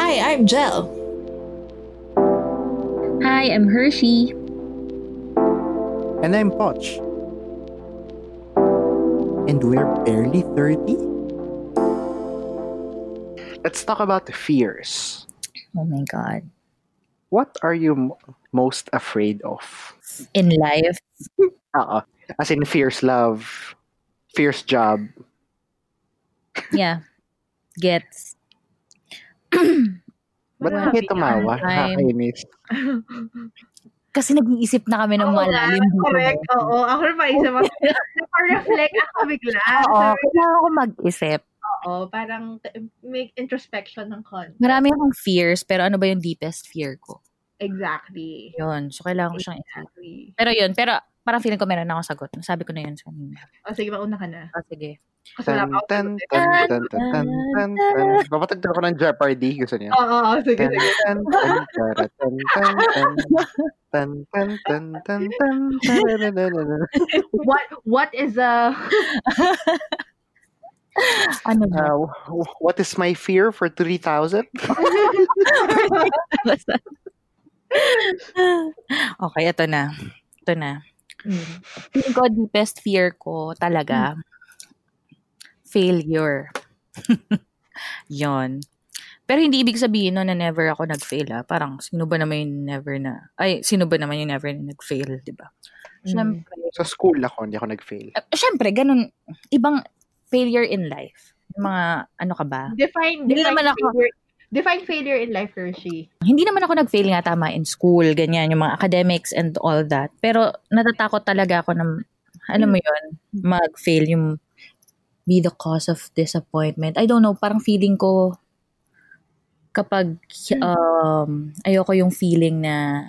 Hi, I'm Jel. Hi, I'm Hershey. And I'm Poch. And we're barely 30? Let's talk about the fears. Oh my god. What are you m- most afraid of? In life, Oo. As in, fierce love, fierce job. yeah. Gets. Ba't Marami hindi tumawa? time. Nakakainis. Kasi nag-iisip na kami ng Oo nga, malalim. dito. Correct, oo. Ako rin paisip ako. Napa-reflect ako bigla. Oo, Sabi kailangan ko mag-isip. ko, parang make introspection ng content. Marami akong fears, pero ano ba yung deepest fear ko? Exactly. Yun. So, kailangan ko siyang isip. Exactly. Pero yun, pero parang feeling ko meron na akong sagot. Sabi ko na yun sa kanina. O sige, mauna ka na. Oh, sige. Kasi wala Tan, pa tan, ako. tan, tan, tan, tan, tan, tan. Papatagtan ko ng Jeopardy. Gusto niya? Oo, oo, oo, sige, Tan, sige. tan, tan, tara, tan, tan, tan. Tan, tan, tan, tan, tan, tararararara. What, what is a... Ano ba? Uh, wh- what is my fear for 3,000? Basta. okay, ito na. Ito na. Hmm. Feeling ko, deepest fear ko talaga, failure. Yon. Pero hindi ibig sabihin no, na never ako nag-fail. ah. Parang sino ba naman yung never na, ay, sino ba naman yung never na nag-fail, di ba? Siyempre, Sa school ako, hindi ako nag-fail. eh, siyempre, ganun, ibang failure in life. Yung mga, ano ka ba? Define, Hindi define naman ako- failure. Define failure in life, Hershey. Hindi naman ako nag-fail nga tama in school, ganyan, yung mga academics and all that. Pero natatakot talaga ako ng, alam mo yun, mag-fail yung be the cause of disappointment. I don't know, parang feeling ko kapag um, ayoko yung feeling na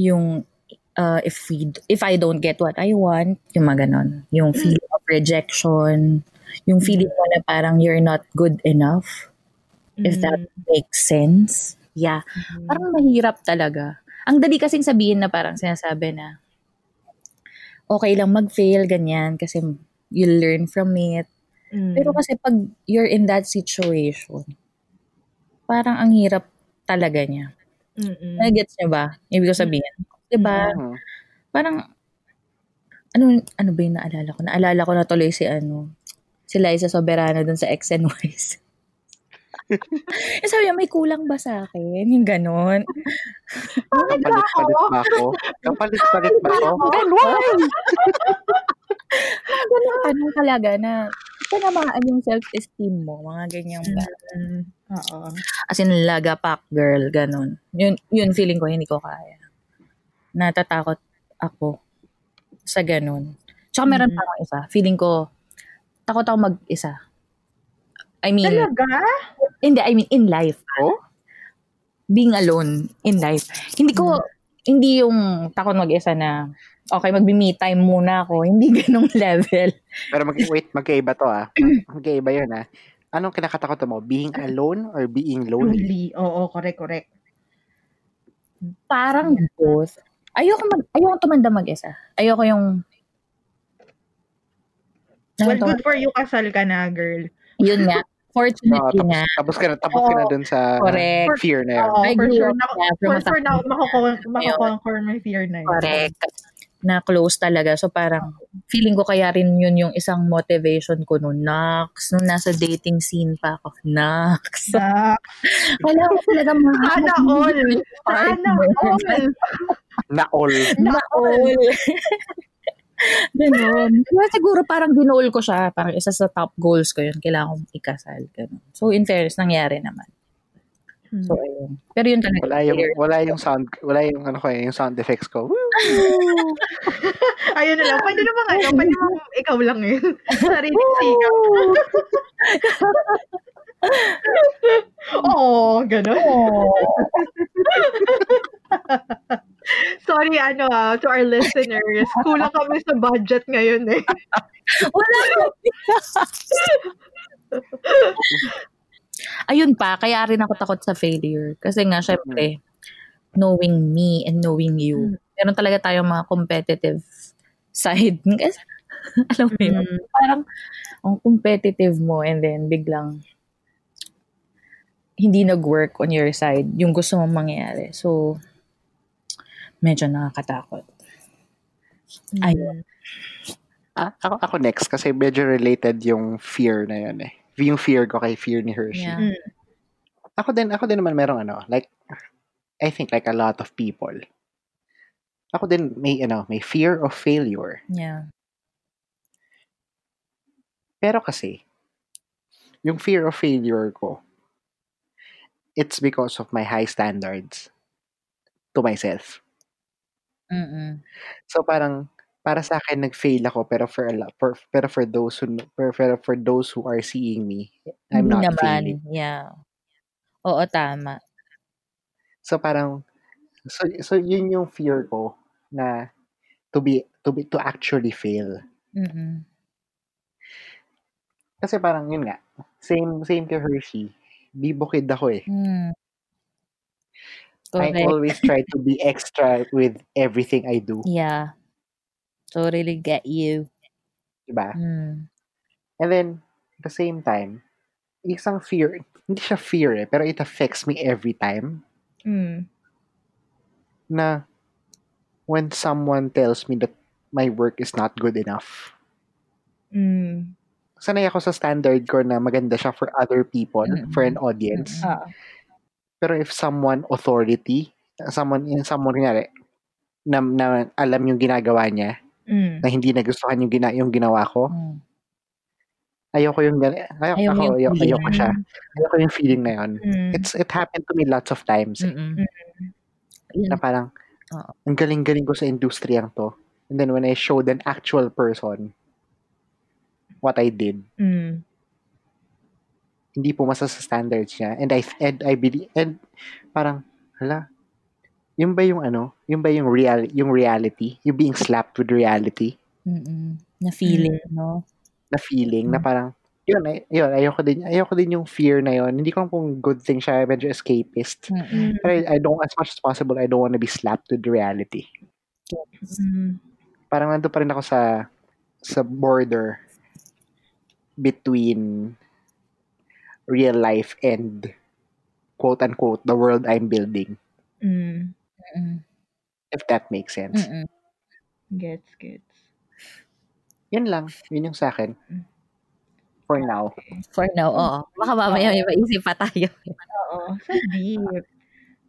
yung uh, if we if I don't get what I want, yung mga ganon. Yung feeling of rejection, yung feeling mo na parang you're not good enough. If that makes sense. Yeah. Parang mahirap talaga. Ang dali kasing sabihin na parang sinasabi na okay lang mag-fail, ganyan, kasi you'll learn from it. Hmm, Pero kasi pag you're in that situation, parang ang hirap talaga niya. Nag-gets niyo ba? Ibig ko sabihin. Diba? Hmm. Parang, ano, ano ba yung naalala ko? Naalala ko na tuloy si ano, si Liza Soberano dun sa X and Y's. Eh, sabi niya, may kulang ba sa akin? Yung ganon. Bakit ba ako? Kapalit-palit ba ako? Kapalit-palit ba ako? Ganun ano talaga na tinamaan yung self-esteem mo, mga ganyang ba. Mm, Oo. As in, lagapak girl, ganun. Yun, yun feeling ko, hindi ko kaya. Natatakot ako sa ganun. Tsaka meron pa akong isa. Feeling ko, takot ako mag-isa. I mean, Talaga? Hindi, I mean, in life. Oh? Being alone in life. Hindi ko, Hmm. hindi yung takot mag-isa na, okay, mag-me time muna ako. Hindi ganong level. Pero mag wait, magkaiba to ah. Magkaiba yun ah. Anong kinakatakot mo? Being alone or being lonely? Truly. Oo, correct, correct. Parang both. Ayoko, mag, ayoko tumanda mag-isa. Ayoko yung... Well, Ayoko- good for you, kasal ka na, girl. Yun nga. Oo, Fortunately Ah, tapos, nga. tapos ka na, tapos ka na dun sa Mm. Correct. fear na yun. Oo, I for grew sure. up Nako- na from For a sure, na, family- makukuha- makukonquer my fear na yun. Correct. Na close talaga. So parang feeling ko kaya rin yun yung isang motivation ko noon. Nox. Nung nasa dating scene pa ako. Nox. Sa- Wala ko talaga mahal. Sana all. Sana all. Na all. Na all. Ganon. Kaya siguro parang ginool ko siya. Parang isa sa top goals ko yun. Kailangan kong ikasal. Ganon. So in fairness, nangyari naman. So ayun. Pero yun talaga. Wala yung, wala yung sound, wala yung ano ko eh, yung sound effects ko. Woo! Ayun na lang. Pwede naman ano, pwede naman ikaw lang yun. Narinig sa ikaw. Oh. Oo, ganun. Sorry, ano ah, to our listeners. Kulang kami sa budget ngayon eh. Wala Ayun pa, kaya rin ako takot sa failure. Kasi nga, syempre, knowing me and knowing you. Meron talaga tayong mga competitive side. Kasi, alam mo yun, parang ang competitive mo and then biglang hindi nag-work on your side, yung gusto mong mangyari. So, medyo nakakatakot. Ayun. Ah, ako, ako next kasi medyo related yung fear na yun eh. Yung fear ko kay fear ni Hershey. Yeah. Mm. Ako din, ako din naman merong ano, like, I think like a lot of people. Ako din may, ano, may fear of failure. Yeah. Pero kasi, yung fear of failure ko, it's because of my high standards to myself. Mm-mm. So parang para sa akin nag-fail ako pero for a lot, for, pero for those who pero, pero for those who are seeing me, I'm Hindi not naman. failing. Yeah. Oo, tama. So parang so so yun yung fear ko na to be to be to actually fail. Mm-mm. Kasi parang yun nga, same same kay Hershey, bibukid ako eh. Mm. I Correct. always try to be extra with everything I do, Yeah. Totally get you. diba? Mm. And then at the same time, isang fear, hindi siya fear eh, pero it affects me every time. Mm. na when someone tells me that my work is not good enough, Mm. sanay ako sa standard ko na maganda siya for other people, Mm-mm. for an audience. Mm-mm. Ah. Pero if someone authority, someone in someone kunyari, na, na alam yung ginagawa niya, Mm. na hindi nagustuhan yung, gina, yung ginawa ko, Hmm. Mm. ayoko yung gani- ayoko, Ayaw mo ako, yung ayoko, feeling. ayoko siya. Ayoko yung feeling na yun. Mm. It's, it happened to me lots of times. eh, Mm-mm. Yun. Na parang, Mm. Oo. ang galing-galing ko sa industriyang to. And then when I showed an actual person what I did, Mm. hindi pumasa sa standards niya. And I, and I believe, and parang, hala, yun ba yung ano, yun ba yung, real, yung reality, yung being slapped with reality, Mm-mm. Na Hmm. feeling, no? na feeling na parang, yun, ay, yun, ayoko din, ayoko din yung fear na yun. Hindi ko lang kung good thing siya, medyo escapist. Mm-mm. Mm. Pero I, I don't, as much as possible, I don't want to be slapped with reality. Mm. parang nandun pa rin ako sa sa border between real life and quote unquote the world I'm building Mm. Mm-mm. if that makes sense. Mm-mm. Gets, gets. Yun lang, yun yung sa akin Mm. for now. For now, Hmm. oo. Baka mamaya may maisip pa tayo. Oo. Sa deep.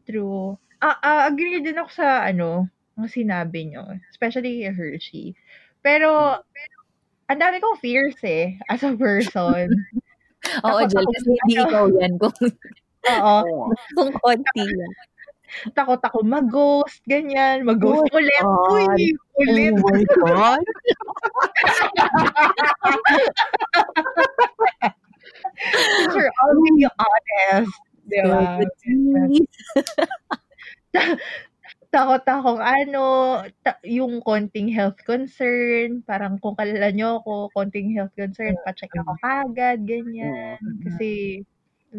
True. Ah, ah, agree din ako sa ano, ang sinabi nyo. Especially kay Hershey. Pero, ang dami kong fears eh, as a person. Oo, Takot Jel, ako. kasi hindi ikaw yan. Kung, Oo. Oo. kung Oh konti lang. Takot ako mag-ghost, ganyan. Mag-ghost ulit. Oh God. Oh Uy, ulit. my God. Since you're all really honest. Di ba? takot akong ano, ta- yung konting health concern, parang kung kalala nyo ako, konting health concern, Mm. pacheck ako kagad, ganyan. Kasi,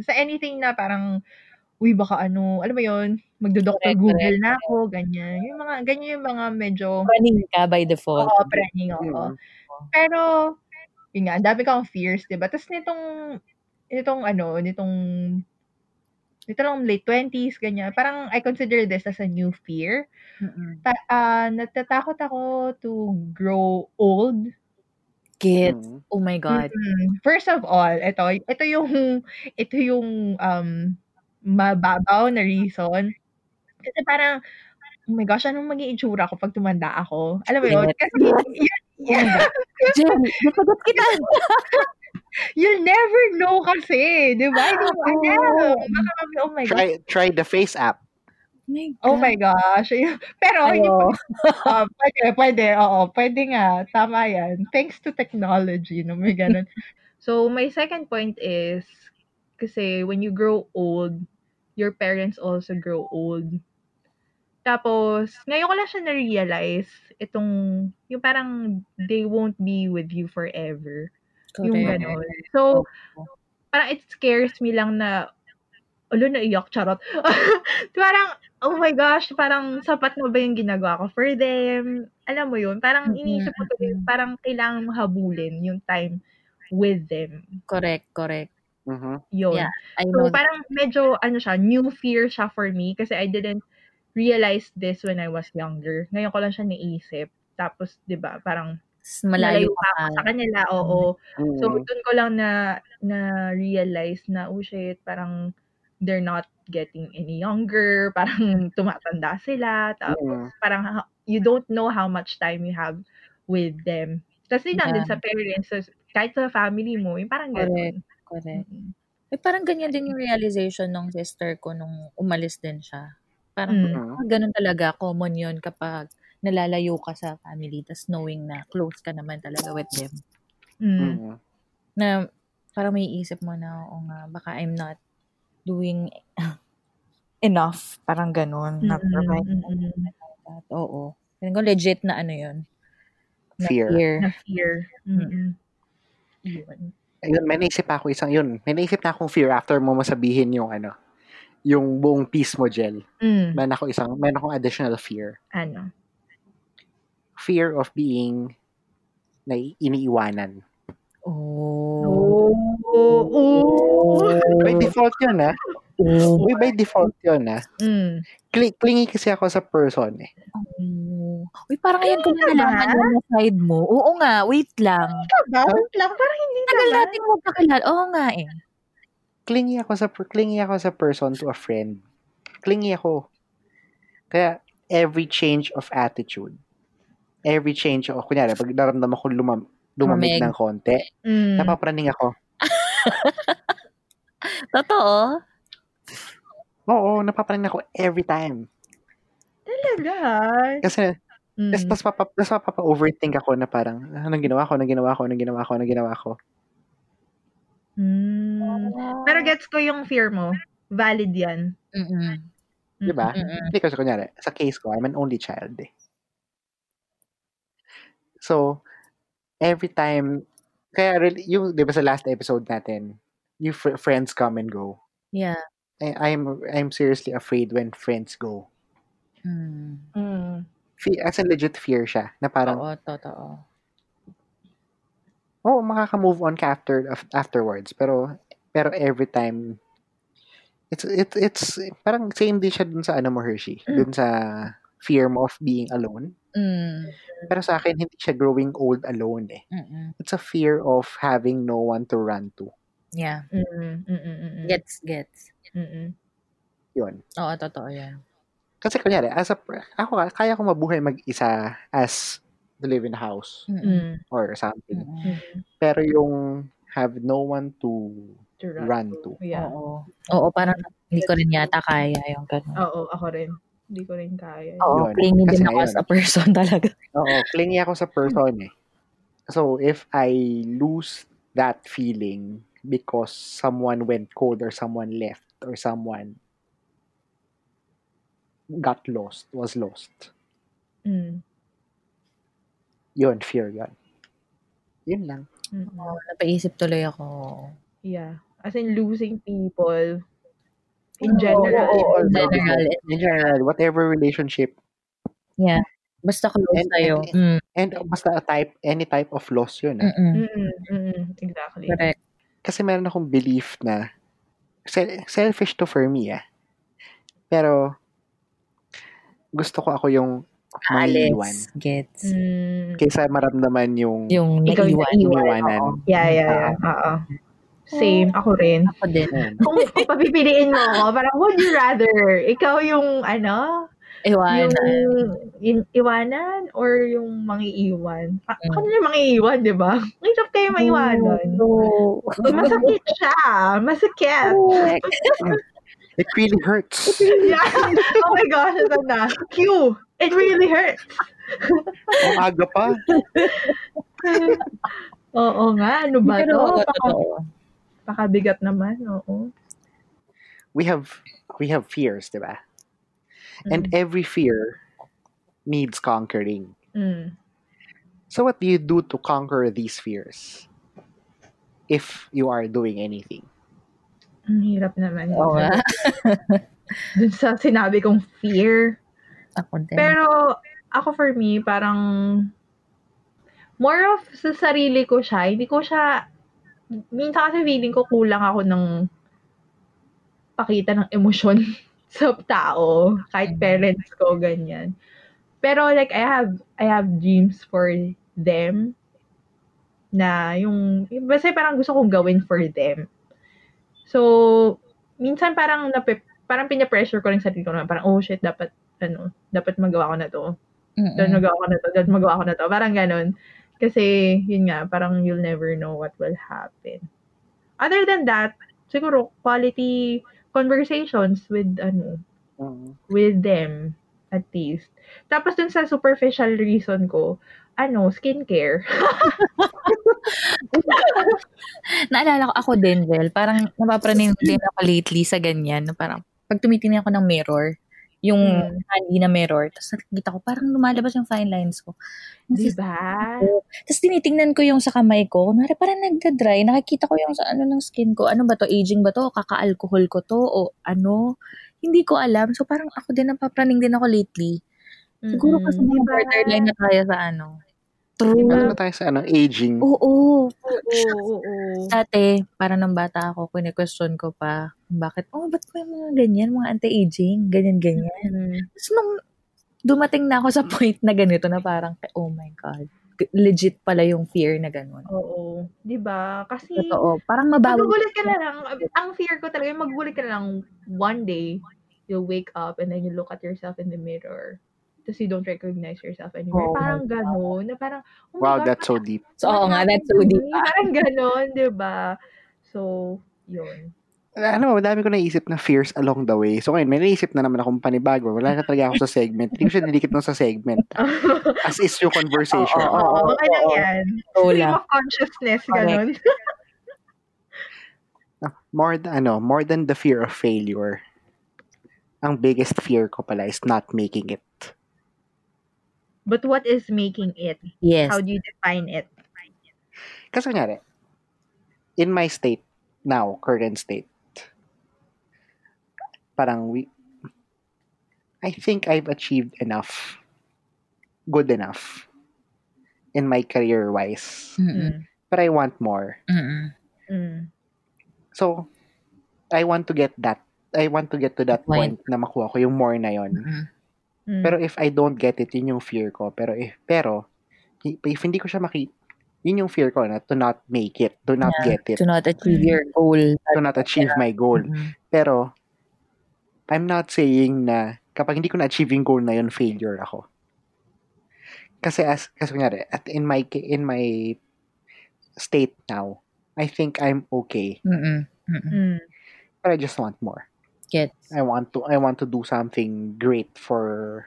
sa anything na parang, uy, baka ano, alam mo yon magdo-doctor Correct, Google na ako, ganyan. Yung mga, ganyan yung mga medyo, Running ka by default. oo, praying Mm. ako. Pero, yun nga, ang dami kang fears, di ba? Tapos nitong, nitong ano, nitong, nito lang late 20s, ganyan. Parang I consider this as a new fear Mm-mm. ta- ah, natatakot ako to grow old. Get. Mm. Oh my God. Mm, First of all, ito, ito yung, ito yung um, mababaw na reason. Kasi parang, oh my gosh, anong maging itsura ko pag tumanda ako? Alam mo yun? Yes. Kasi, yun, yun, Jel, nasagot kita. you'll never know kasi. Di ba? Hindi Oh. mo alam. Baka kami, oh my gosh. Try try the face app. Oh my gosh. Pero, hindi Ayo. Ah, pwede, pwede. Oo, pwede nga. Tama yan. Thanks to technology, no? May ganun. so, my second point is, kasi when you grow old, your parents also grow old. Tapos, ngayon ko lang siya na-realize, itong, yung parang, they won't be with you forever. Yung Correct. ganun. So, parang it scares me lang na, ulo, naiyak, charot. parang, oh my gosh, parang sapat na ba yung ginagawa ko for them? Alam mo yun, parang Mhm, iniisip ko tuloy, mhm. parang kailangan mo habulin yung time with them. Correct, correct. Mhm. Yun. Yeah, I So, know. parang medyo, ano siya, new fear siya for me kasi I didn't realize this when I was younger. Ngayon ko lang siya naisip. Tapos, di ba, parang malayo malayo pa ako sa kanila, oo. Mm. So, dun ko lang na, na realize na, oh shit, parang they're not getting any younger, parang tumatanda sila, tapos Mm. parang ha- you don't know how much time you have with them. Tapos yun lang din Yeah. sa parents, so, kahit sa family mo, yung parang ganun. Correct. Mm. Eh, parang ganyan din yung realization ng sister ko nung umalis din siya. Parang Mm. Mm. ah, ganun talaga, common yun kapag nalalayo ka sa family tas knowing na close ka naman talaga with them. Mm. Mm. Na parang may isip mo na, oo nga, baka I'm not doing enough. Parang ganun. Na Mm, provide mm, for mm. that. Oo. Feeling ko legit na ano yun. Na Fear. na fear. Mm. Mm-mm. Yun. Ayun, may naisip ako isang yun. May naisip na akong fear after mo masabihin yung ano, yung buong piece mo, Jel. Mm. Meron ako isang, meron akong additional fear. Ano? Fear of being na iniiwanan. Oh. Oh. By default yun, ha? Oh. Uy, by default yun, ha? Mm. Cli- clingy kasi ako sa person, eh. Oo. Mm. Uy, parang ngayon ko na Kaya ba? nalaman yung side mo. Oo nga, wait lang. Bakit lang? Parang hindi Tagal naman. natin magkakilala. Oo nga eh. Clingy ako sa, per- clingy ako sa person to a friend. Clingy ako. Kaya, every change of attitude, every change of, kunyari, pag naramdaman ko lumam, lumamig Lumamig. ng konti, Mm. napapraning ako. Totoo? Oo, napapraning ako every time. Talaga. Kasi, Mm. Tapos, tapos, papa, tapos mapapa-overthink ako na parang, "Ah, anong ginawa ko, anong ginawa ko, anong ginawa ko, anong ginawa ko. Mm. Pero gets ko yung fear mo. Valid yan. Mm-mm. Mm. Di ba? Mm-mm. Hindi kasi kunyari, sa case ko, I'm an only child eh. So, every time, kaya really, yung, di ba sa last episode natin, you fr- friends come and go. Yeah. I, I'm, I'm seriously afraid when friends go. Mm. Mm. Fe- as in legit fear siya, na parang, Oo, totoo. oh, makaka-move on ka after, af- afterwards. Pero, pero every time, it's, it's, it's, parang same din siya dun sa ano mo, Hershey. Dun sa fear mo of being alone. Mm. Pero sa akin, hindi siya growing old alone eh. Mm-mm. It's a fear of having no one to run to. Yeah. Mm. Mm. Mm. Gets, gets. Mm. Yun. Oo, totoo yan. Kasi kunyari, as a, ako, ah, kaya ko mabuhay mag-isa as to live in a house Mm-mm. Mm. or something. Mm-mm. Mm. Pero yung have no one to To run run to. to. Yeah. Oo. Oo, parang hindi ko rin yata kaya yung ganun. Oo, ako rin. Hindi ko rin kaya. Oo, Oh, Yun. clingy Kasi din ako ngayon- as a person talaga. Oo, clingy ako sa person eh. So, if I lose that feeling because someone went cold or someone left or someone got lost, was lost, Oh. Mm. yun, fear yun. Yun lang. Mm. Oo, napaisip tuloy ako. Yeah. As in losing people in Oo, general. oo, oo. in In general, general, in general, whatever relationship Yeah. Basta close And- tayo. Mm. and basta a type any type of loss yun ah. Mm-mm. Mm, mm, exactly. Correct. Kasi meron akong belief na sel- selfish to for me ah. Pero gusto ko ako yung maiiwan Alice gets. Mm, kaysa maramdaman yung, Yung Ikaw yung naiwan. naiwan, iniwanan. Oo. yeah, yeah, yeah. Oo. Same, ako rin. Ako din. Ayun. Kung, kung papipiliin mo ako, parang would you rather ikaw yung ano, yung, Iwanan. yung iwanan or yung mangiiwan? Pa- Mm. Ako na yung mangiiwan, di ba? Ang hirap kayo maiwanan. Oo. Masakit siya. Masakit. It really hurts. Yeah. Oh my gosh, ito na. Q. It really hurts. Ang aga pa. Oo nga, ano ba Pero, to? Paka, totoo. pakabigat naman, oo. We have we have fears, di ba? And Mm, every fear needs conquering. mm. So what do you do to conquer these fears? If you are doing anything. Ang hirap naman. Oo nga. Dun sa sinabi kong fear. Ako din. Pero, ako for me, parang, more of sa sarili ko siya, hindi ko siya minsan kasi feeling ko kulang ako ng pakita ng emosyon sa tao, kahit parents ko, ganyan. Pero like, I have, I have dreams for them na yung, yung- basta parang gusto kong gawin for them. So, minsan parang nape, parang pinapressure ko lang sarili ko naman. Parang, oh shit, dapat, ano, dapat magawa ko na to. Dapat Mm-mm. magawa ko na to. Dapat magawa ko na to. Parang ganun. Kasi, yun nga, parang you'll never know what will happen. Other than that, siguro, quality conversations with, ano, Mm. with them, at least. Tapos dun sa superficial reason ko, ano, skincare. Naalala ko ako din, Vel. Parang napapraning din ako lately sa ganyan. na Parang pag tumitingin ako ng mirror, yung Mm. handy na mirror, tapos nakikita ko, parang lumalabas yung fine lines ko. diba? Tapos tinitingnan ko yung sa kamay ko. Kunwari, parang nagda-dry. Nakikita ko yung sa ano ng skin ko. Ano ba to? Aging ba to? Kaka-alcohol ko to? O ano? Hindi ko alam. So parang ako din, napapraning din ako lately. Siguro kasi may Diba? borderline na tayo sa ano. Ano True. na tayo sa ano, aging? Oo. Oo, oo, oo. Dati, parang nung bata ako, kine-question ko pa, kung bakit, oh, ba't may mga ganyan, mga anti-aging, ganyan-ganyan. Mm. Tapos nung dumating na ako sa point na ganito na parang, oh my God, g- legit pala yung fear na ganun. Oo. Diba? Kasi, Totoo, parang mabawi. Magugulat ka na lang. Ang fear ko talaga, magugulat ka na lang one day, you'll wake up and then you look at yourself in the mirror. Tapos you don't recognize yourself anymore. Oh my parang gano'n. Na parang, oh my Wow, God, that's so deep. So, oo nga, that's so deep. Parang gano'n, di ba? So, yun. Ano, dami ko naisip na fears along the way. So ngayon, may naisip na naman akong panibago. Wala na talaga ako sa segment. Hindi ko siya nilikit nung sa segment. As is yung conversation. Oo, oo, Oo, okay lang oo. yan. Go Stream lang. of consciousness, gano'n. More than, ano, more than the fear of failure. Ang biggest fear ko pala is not making it. But what is making it? Yes. How do you define it? Kasi kunyari, in my state now, current state, parang we, I think I've achieved enough, good enough in my career-wise. Mm-mm. But I want more. Mm-mm. Mm. So, I want to get that. I want to get to that Point. point, na makuha ko yung more na yon. Mm-mm. Mm. Pero if I don't get it, yun yung fear ko. Pero if, pero, i- if hindi ko siya maki, yun yung fear ko na to not make it, to not get it, To not achieve your goal. to not achieve my goal. Mm-mm. Pero, I'm not saying na kapag hindi ko na-achieve yung goal na yun, failure ako. Kasi as, kasi kunyari, at in my, ca- in my state now, I think I'm okay. Mm-mm. Mm-mm. Mm. But I just want more. Gets. I want to I want to do something great for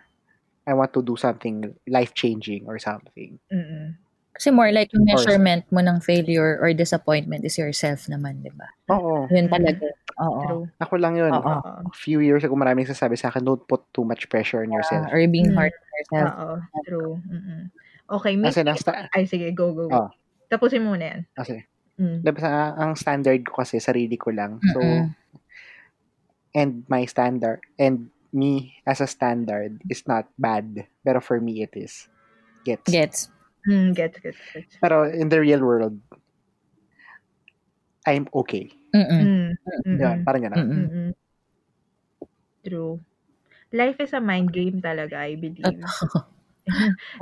I want to do something life changing or something. Mm. Kasi more like yung course. measurement mo ng failure or disappointment is yourself naman, di ba? Oo. Yun talaga. Oo. True. Ako lang yun. Oo. Oo. A few years ago maraming sasabi sa akin, don't put too much pressure on Ah, yourself. or being Mm. hard on yourself. Oo, true. Mm-mm. Okay, make Kasi nasta Ay, sige, go, go, Ah. go. Tapusin muna yan. kasi Mm. diba, sa- ang standard ko kasi sarili ko lang. So Mm-mm. and my standard and me as a standard is not bad. Pero for me it is. Gets. Gets. Mm, gets, gets, gets. Pero in the real world I'm okay. Mm-mm. Mm. mm-mm, Yun, parang ganun. Mm-mm. hmm. mm-mm. True. Life is a mind game talaga, I believe. It's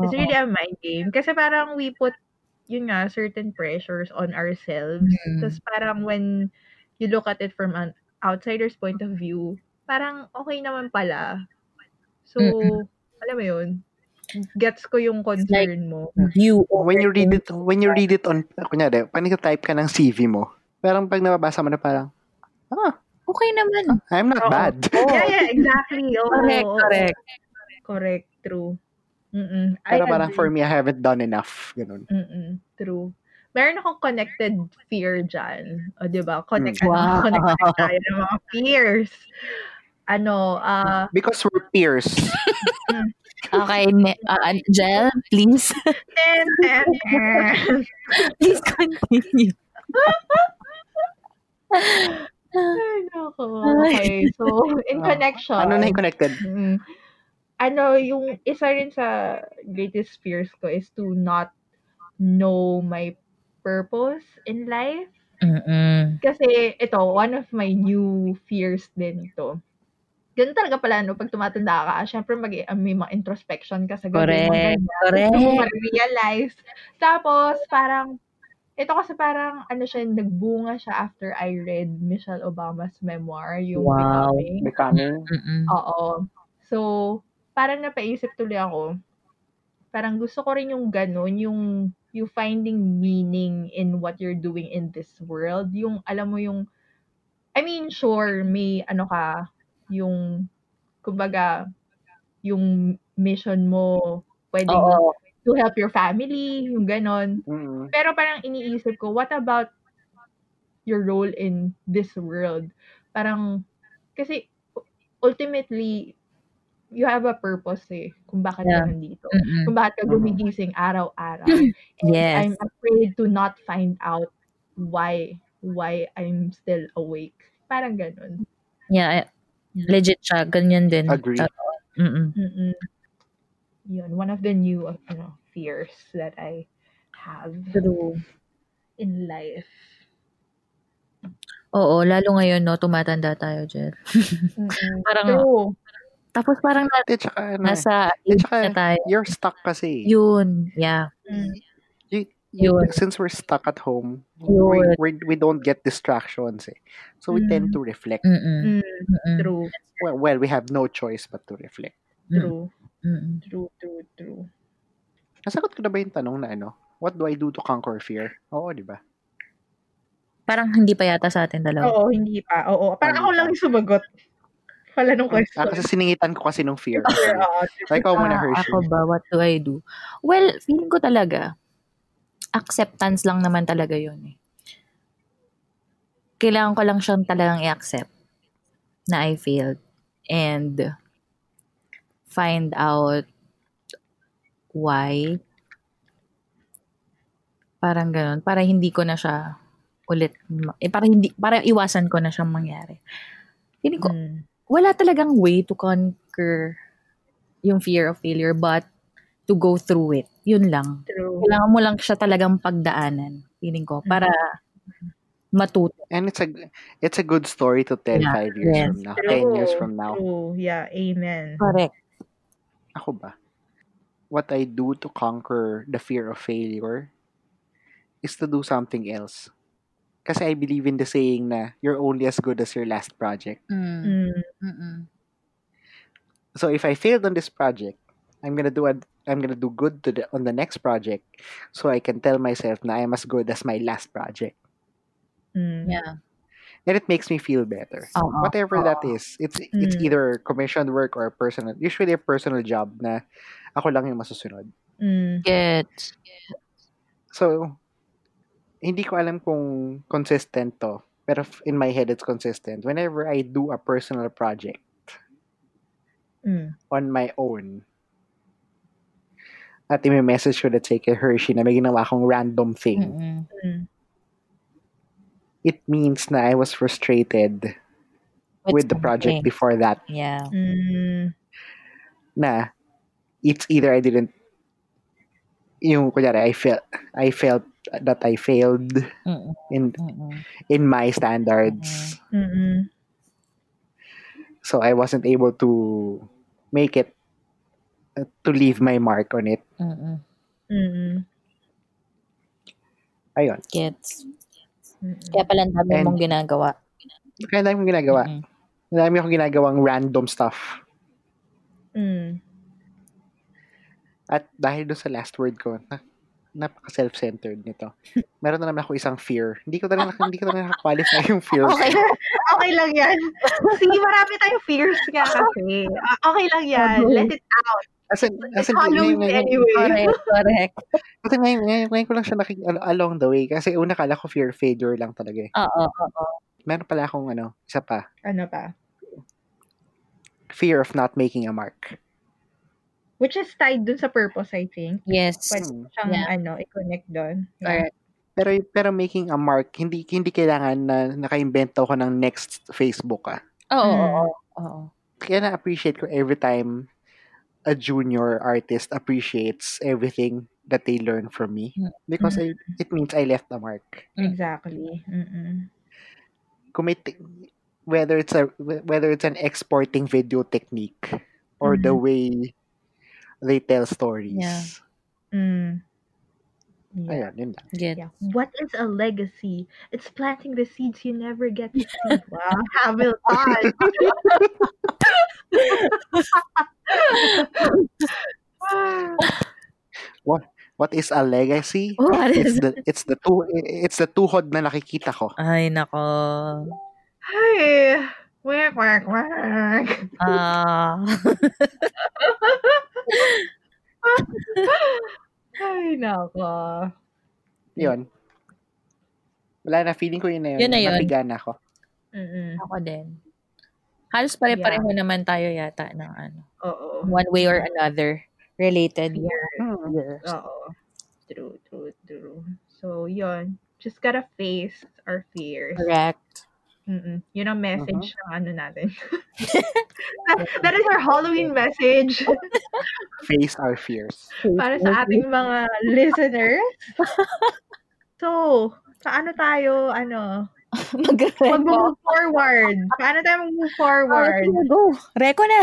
Oo. really a mind game. Kasi parang we put, yun nga, certain pressures on ourselves. Mm. Tapos parang when you look at it from an outsider's point of view, parang okay naman pala. So, Mm-mm. alam mo yun, gets ko yung concern mo. You when you read overthink. it when you read it on kunyari panik type ka ng CV mo parang pag nababasa mo na parang Okay naman. I'm not Oo. bad Yeah, yeah, exactly. Oo, Correct, oo, oo. correct. Correct, true. Mm-mm. I pero parang agree. for me I haven't done enough ganun Mm-mm, true. Meron akong connected fear dyan. O, di ba? Connect, Mm. Hmm. ano, Wow. connected tayo ng mga fears. Ano, ah, because we're peers Okay, ne- ah, ah, Jel, please. ten, ten, ten. please continue. Ay, nako. Ay. Okay, so, in Ah, connection. ano na yung connected Mm. Ano, yung isa rin sa greatest fears ko is to not know my purpose in life. Mm-mm. Kasi ito, one of my new fears din ito. Ganun talaga pala, no? Pag tumatanda ka, syempre mag, ah, may mga introspection ka sa Correct. gawin mo. ganyan. Gusto mo Correct. ma-realize. Tapos, parang, ito kasi parang, ano siya, nagbunga siya after I read Michelle Obama's memoir, yung Wow. Becoming. Becoming. Mm-mm. Oo. So, parang napaisip tuloy ako, parang gusto ko rin yung ganun, yung you finding meaning in what you're doing in this world. Yung, alam mo yung, I mean, sure, may ano ka, yung, kumbaga, yung mission mo, pwedeng Oo. to help your family, yung ganon. Mm-mm. Pero parang iniisip ko, what about your role in this world? Parang, kasi ultimately, you have a purpose eh, kung bakit Yeah. Mm. ka nandito. Mm-mm. Kung bakit ka Mhm. gumigising araw-araw. And Yes. I'm afraid to not find out why why I'm still awake. Parang ganun. Yeah, I- legit siya. Ganyan din. Agree. Totoo. Mm-mm. Mm-mm. Yun, one of the new uh, you know, fears that I have True. in life. Oo, lalo ngayon, no, tumatanda tayo, Jel. Mm-mm. Parang- True. Tapos parang na- At tsaka, ano, nasa eh, age tsaka, na tayo. you're stuck kasi. Yun. Yeah. Mm. You- Yun. Since we're stuck at home, Yun. we, we, we don't get distractions. Eh. So we Mm. tend to reflect. Mm-mm. Mm, Mm-mm. true, Well, well, we have no choice but to reflect. Mm. true, Mm-mm. true, true, true. Nasagot ko na ba yung tanong na ano? What do I do to conquer fear? Oo, di ba? Parang hindi pa yata sa atin dalawa. Oo, hindi pa. Oo, Hindi parang ako pa. lang yung sumagot. Wala nung question. Ah, kasi siningitan ko kasi nung fear. eh. Sure, Sorry. oo. Ay, ikaw muna, Ah, Hershey. ako ba? What do I do? Well, feeling ko talaga, acceptance lang naman talaga yun eh. Kailangan ko lang siyang talagang i-accept na I failed and find out why. Parang ganun. Para hindi ko na siya ulit, ma- eh, para hindi, para iwasan ko na siyang mangyari. Feeling ko, Mm, wala talagang way to conquer yung fear of failure but to go through it. Yun lang. true. Kailangan mo lang siya talagang pagdaanan, feeling ko, para matuto. And it's a it's a good story to tell Yeah. five years Yes. from now, True. ten years from now. True. Yeah, amen. Correct. Ako ba? What I do to conquer the fear of failure is to do something else. Kasi I believe in the saying na you're only as good as your last project. Mm. Mm, Mm-mm. So if I failed on this project, I'm gonna do a, I'm gonna do good to the, on the next project, so I can tell myself na I'm as good as my last project, mm, Yeah. and it makes me feel better. Oo. Whatever Oo. that is, it's it's Mm. either commissioned work or a personal, usually a personal job na ako lang yung masusunod. mm, Gets. So hindi ko alam kung consistent to, pero f- in my head it's consistent. Whenever I do a personal project mm. on my own, at may message ko na say kay Hershey na may ginawa akong random thing. Mm-mm. mm. it means na I was frustrated with the project something. before that Yeah. Mm, na it's either I didn't yung kunyari I felt I felt that I failed Mm-mm. in Mm-mm. in my standards mm, so I wasn't able to make it uh, to leave my mark on it Mm-mm. mm, ayun Gets. mm, Kaya pala ang dami And- mong ginagawa. kaya dami kong ginagawa Mm-mm. ang dami akong ginagawang random stuff mm. at dahil doon sa last word ko na, napaka self-centered nito meron na naman ako isang fear hindi ko talaga hindi ko talaga qualify yung fear ko. Okay. Okay lang yan. Sige, marami tayong fears nga kasi. Ah, Okay lang yan. Okay. Let it out. As in, as It's in, ngayon, Halloween ngayon, anyway. Correct. Correct. kasi ngayon, ngayon, ngayon ko lang siya nakik al- along the way. Kasi una kala ko fear of failure lang talaga eh. Oo. Oo. Meron pala akong ano, isa pa, Ano pa? fear of not making a mark. Which is tied dun sa purpose, I think. Yes. Pwede Hmm. siyang, Yeah. ano, i-connect dun. Yeah. Correct. Pero pero making a mark, hindi hindi kailangan na nakaimbento ko ng next Facebook ah. Oo. Mm. Oo. Oo. Kaya na-appreciate ko every time a junior artist appreciates everything that they learn from me Mm-hmm. because I, it means I left a mark. Exactly. Mm, Mm-mm. Kung may te- whether it's a whether it's an exporting video technique or the Mhm. way they tell stories. Mm-hmm. Yeah. Mm. Yeah. Ayun, yun lang. Get. Yeah. What is a legacy? It's planting the seeds you never get to see. wow, Hamilton. What is a legacy? Oh, what is It's the it's the tu- it's the tuhod na nakikita ko. Ay, nako. Hi. Quack, quack, quack. Ah. Ay, nako. Yun. Wala na feeling ko yun na yun. Yun na yun. Napigan ako. Mm-mm. ako din. Halos pare-pareho naman tayo yata ng ano. Oo. One way or another. Related. Hmm. Oo. True, true, true. So, yun. Just gotta face our fears. Correct. Mm-mm. Yun ang message ng ano natin. that is our Halloween message Face our fears. para sa ating mga listeners. So, paano tayo, ano, Mag-reco. mag-move forward? Paano tayo mag-move forward? Go. Reco na.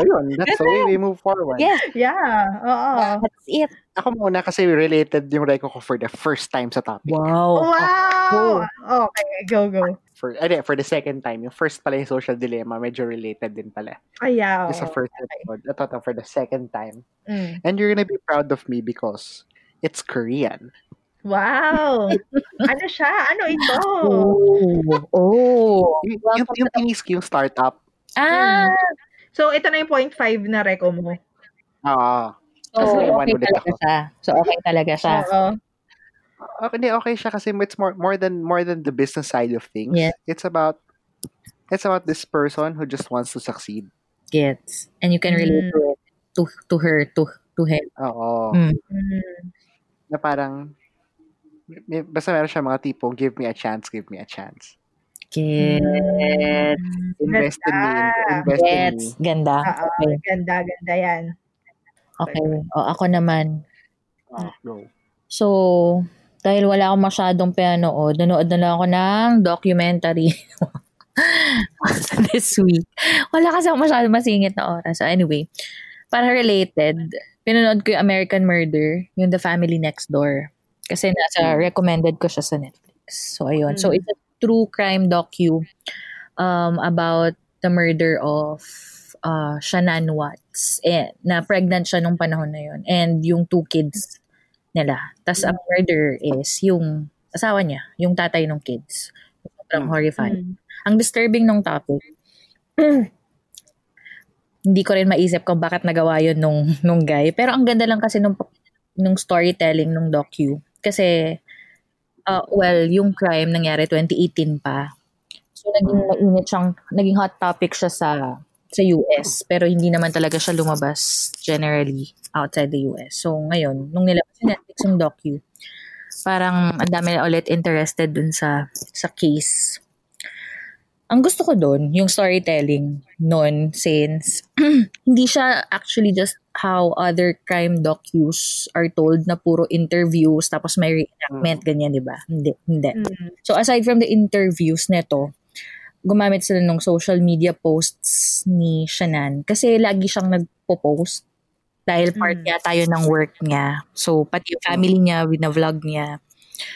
Ayun, that's the way we move forward. Yeah. Yeah, oo. That's it. Ako muna kasi related yung reco ko for the first time sa topic. Wow. Wow! Okay, go, go. For, ay, for the second time. Yung first pala yung social dilemma, medyo related din pala. Ayaw. Just sa first episode. Ito, ito, for the second time. Mm. And you're gonna be proud of me because it's Korean. Wow! ano siya? Ano ito? Oh. Oh. Yung, yung, Welcome yung tinis ko, yung startup. Ah. So, ito na yung 0.5 na reco mo. Ah, So, Kasi may one okay ulit talaga ako. siya. So, okay talaga siya. Oo. okay, hindi, okay siya kasi it's more more than more than the business side of things. Yes. It's about it's about this person who just wants to succeed. Gets. And you can relate Mm. to it. To, to her, to, to him. Oo. Mm. Mm. Na parang may- basta meron siya mga tipong give me a chance, give me a chance. Gets. Invest in me, Ganda. invest in me. Gets. Ganda. Oo, Okay. ganda, ganda yan. Ah, Okay. O, ako naman. Ah, go. So, dahil wala akong masyadong pinanood, nanood na lang ako ng documentary this week. Wala kasi ako masyadong masingit na oras. So, anyway, para related, pinanood ko yung American Murder, yung The Family Next Door. Kasi nasa recommended ko siya sa Netflix. So, ayun. So, Mm. it's a true crime docu um, about the murder of uh, Shannon Watts. Eh, na pregnant siya nung panahon na yun. And yung two kids nila. Tapos ang murder is yung asawa niya, yung tatay ng kids. Sobrang Mm. horrifying. Ang disturbing ng topic, hindi ko rin maisip kung bakit nagawa yun nung, nung guy. Pero ang ganda lang kasi nung, nung storytelling nung docu. Kasi, uh, well, yung crime nangyari 2018 pa. So, naging mainit siyang, naging hot topic siya sa sa US. Pero hindi naman talaga siya lumabas generally outside the US. So, ngayon, nung nilabas sa Netflix yung docu, parang ang dami na ulit interested dun sa sa case. Ang gusto ko dun, yung storytelling nun since hindi siya actually just how other crime docus are told na puro interviews tapos may reenactment ganyan, 'di ba? Hindi, hindi. Mm. So aside from the interviews nito, gumamit sila ng social media posts ni Shannon kasi lagi siyang nagpo-post dahil part Mm. niya tayo ng work niya. So pati yung family niya, vlog niya.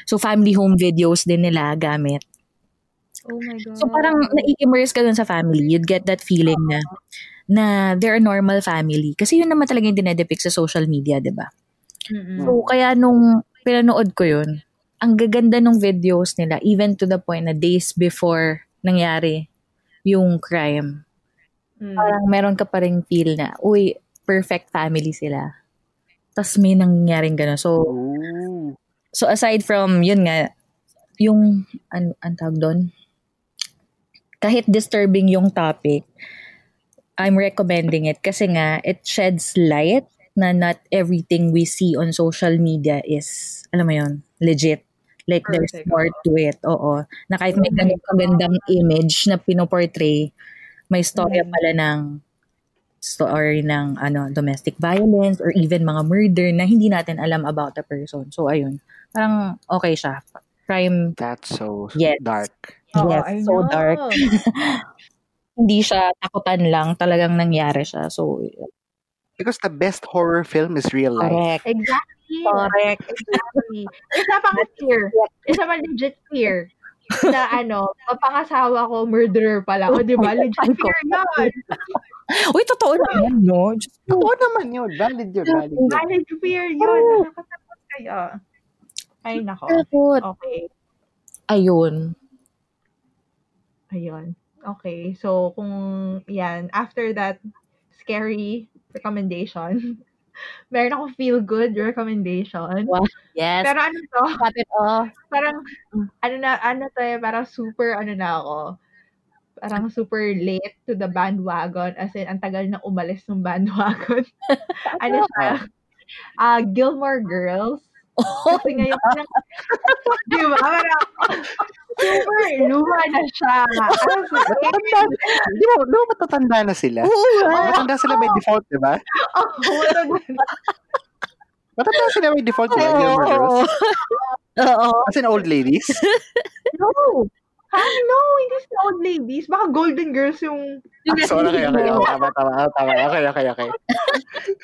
So family home videos din nila gamit. Oh my God. So parang nai-immerse ka dun sa family. You'd get that feeling na na they're a normal family. Kasi yun naman talaga yung dinedepict sa social media, di ba? Mm. Mm-mm. So, kaya nung pinanood ko yun, ang gaganda ng videos nila, even to the point na days before nangyari yung crime, Mm. parang meron ka pa rin feel na, uy, perfect family sila. Tapos may nangyaring gano'n. So, Ooh. so aside from, yun nga, yung, an, ang tawag doon? Kahit disturbing yung topic, I'm recommending it kasi nga, it sheds light na not everything we see on social media is, alam mo yun, legit. Like, there's Perfect, more to it. Oo. Na kahit may Oh my ganun kagandang image na pinoportray, may storya Mm. pala ng story ng ano domestic violence or even mga murder na hindi natin alam about the person. So ayun, parang okay siya. Crime That's so Yes. dark. Oo, yes, I Oh, so know. dark. hindi siya takutan lang, talagang nangyari siya. So Because the best horror film is real life. correct. Exactly. Correct. Exactly. Isa pang clear. Isa pa legit clear. Na ano, mapangasawa ko, murderer pala. O, di ba? Legit clear yun. Uy, totoo naman, no? Just, Oo naman yun. Valid yun. Valid yun. Valid fear yun. Nakakatakot kayo. Ay, nako. takot. Okay. Ayun. Ayun. Okay. So, kung yan, after that scary recommendation, meron akong feel-good recommendation. Wow. Yes. Pero ano to? cut it off. parang ano na ano to eh, parang super ano na ako. Parang super late to the bandwagon as in ang tagal na umalis ng bandwagon. ano siya? Ah, Gilmore Girls. Oh. Kasi ngayon lang, di ba? Parang, super luma na siya. As in, Di Ano ba, di ba matatanda na sila? Oo ah. nga. Matatanda sila by default, di ba? oh, matag- Matatanda sila by default, di ba? Gilmore Girls? Oo. Oo. As in old ladies. no. Ah, no, hindi sila old ladies. Baka Golden Girls yung Ah, Sorry, okay, okay. Pero Oh, Tama, tama, oh, tama. Okay, okay, okay.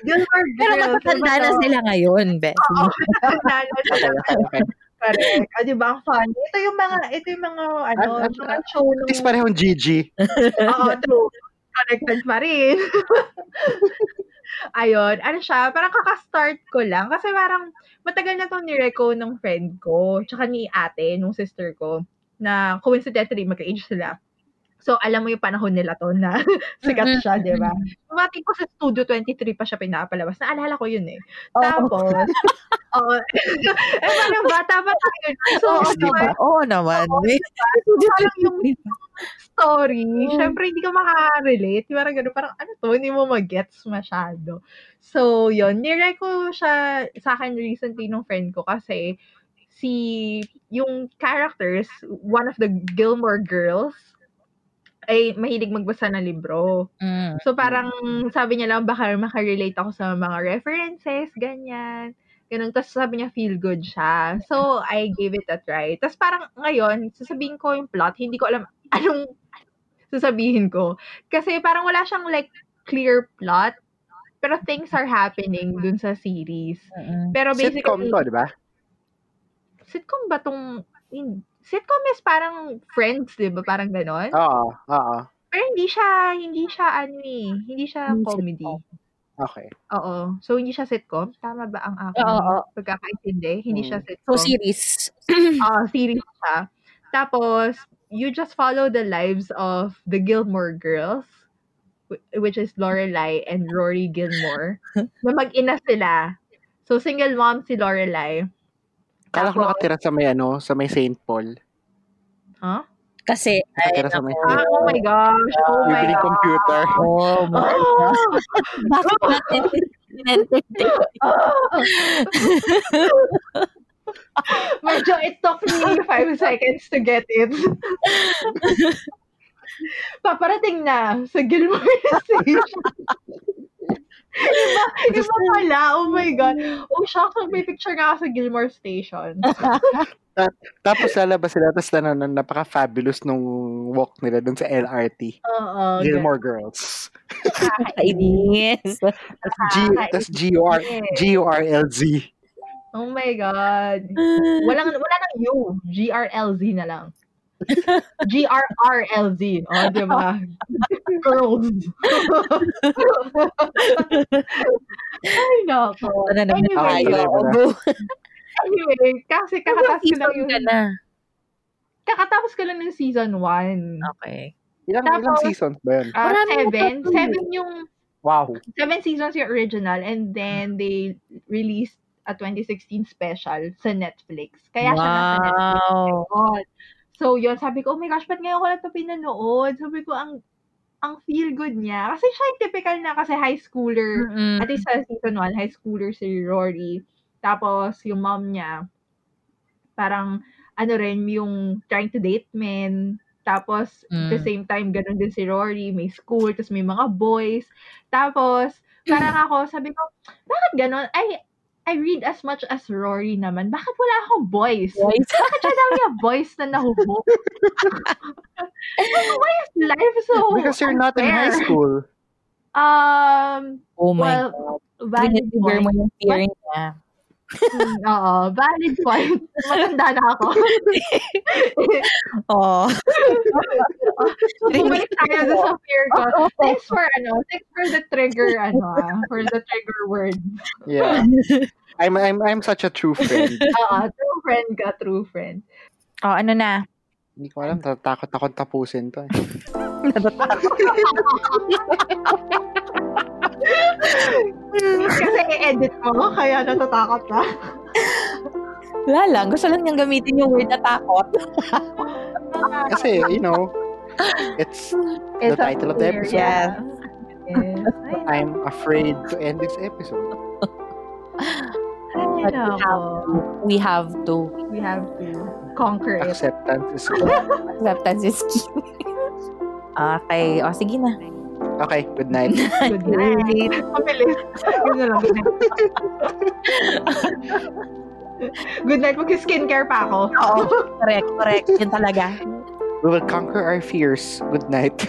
Gilmore Girls. matatanda Ano ba na to? sila ngayon, Beth. Oo, matatanda na Okay, sila. okay, okay. Correct. O, di ba? Ang fun. Ito yung mga, ito yung mga, ano, At- at- mga show nung, At least parehong GG. oo, true. Connected pa rin. Ayun. Ano siya? Parang kakastart ko lang. Kasi parang, matagal na itong nireco ng friend ko, tsaka ni ate, nung sister ko, na coincidentally, magka-age sila. So, alam mo yung panahon nila to na sikat siya, di ba? Mati ko sa Studio 23 pa siya pinapalabas. Naalala ko yun eh. Oo. Tapos, oo. eh, parang bata pa tayo. nun. So, Oo oh, naman. Oo naman. parang yung story, syempre hindi ka makarelate. Parang ganun, parang ano to, hindi mo magets masyado. So, yun, nire ko siya sa akin recently nung friend ko kasi si, yung characters, one of the Gilmore girls, ay mahilig magbasa ng libro. Mm. So parang sabi niya lang baka makarelate ako sa mga references, ganyan. Ganun. Tapos sabi niya feel good siya. So I gave it a try. Tapos parang ngayon, sasabihin ko yung plot, hindi ko alam anong sasabihin ko. Kasi parang wala siyang like clear plot. Pero things are happening dun sa series. Mm-mm. Pero basically, Sitcom to, di ba? sitcom ba tong, in- sitcom is parang friends, di ba? Parang ganon. Oo, oo. Pero hindi siya, hindi siya ano eh, hindi siya Hindi comedy. sitcom. Okay. Oo. So, hindi siya sitcom? Tama ba ang aking Oo, oo. pagkakaintindi? Hindi siya sitcom. So, series. Oo, series siya. Tapos, you just follow the lives of the Gilmore girls, wh- which is Lorelai and Rory Gilmore, na mag-ina sila. So, single mom si Lorelai. Kala ko nakatira sa may ano, sa may St. Paul. Huh? Kasi, ay, Nakatira sa may Ah, oh my gosh. Oh my Libreng God. computer. oh my Oh! God. Bakit natin tinentik? Medyo it took me five seconds to get it. Paparating na sa Gilmore Station. iba, iba pala. Oh my God. Oh, shock. May picture nga ako sa Gilmore Station. Tapos lalabas sila, tapos na, na, napaka-fabulous nung walk nila dun sa LRT. Oo. Gilmore Girls. Kainis. Ah, G, tapos G-U-R, G-U-R-L-Z. Oh my God. Walang, wala nang U. G-R-L-Z na lang. G-R-R-L-Z. O, oh, di ba? Girls. Ay, nako. Ano naman Anyway, tayo? okay. Obo. anyway, kasi kakatapos ko lang yung, Season ka na. kakatapos ko lang ng season 1. Okay. Ilang, Tapos- ilang seasons ba yun? Uh, Ah, Marami seven. na patuloy. Seven yung, Wow. seven seasons yung original and then they released a 2016 special sa Netflix. Kaya siya nasa Netflix. Wow. God. So, yun, sabi ko, oh my gosh, ba't ngayon ko lang ito pinanood? Sabi ko, ang ang feel good niya. Kasi siya yung typical na kasi high schooler. Mm-mm. At least sa season 1, high schooler si Rory. Tapos, yung mom niya, parang, ano rin, yung trying to date men. Tapos, at the Mm. same time, ganun din si Rory, may school, tapos may mga boys. Tapos, parang ako, sabi ko, bakit ganun? I, I read as much as Rory naman. Bakit wala akong boys? Boys. Bakit siya daw niya boys na nahubog? Why is life so Because you're not in high unfair? school. Um, Oh my well, God. valid Tinitigar mo point. yung fear niya. Hmm, Oo, valid point. Matanda na ako. Oh. So, bumalik tayo dun sa fear ko. Oh. Thanks for, ano, thanks for the trigger, ano, ah, for the trigger word. Yeah. I'm I'm I'm such a true friend. Oo, true friend ka, true friend. oh, ano na? Hindi ko alam, tatakot ako tapusin to. eh. Kasi i-edit mo, kaya natatakot ka. Wala lang. Gusto lang niyang gamitin yung word na takot. Kasi, you know, it's the It's a title of the fear, episode. yeah. Yes. Ay, I'm afraid to end this episode. ay, But we have nako. to. We have to. We have to conquer it. Acceptance is good. Acceptance is key. okay. O, sige na. Okay, good night. Good night. Pabilis. Yun na lang, good night. Good night. Mag-skincare pa ako. Oo. Correct, correct. Yun talaga. We will conquer our fears. Good night.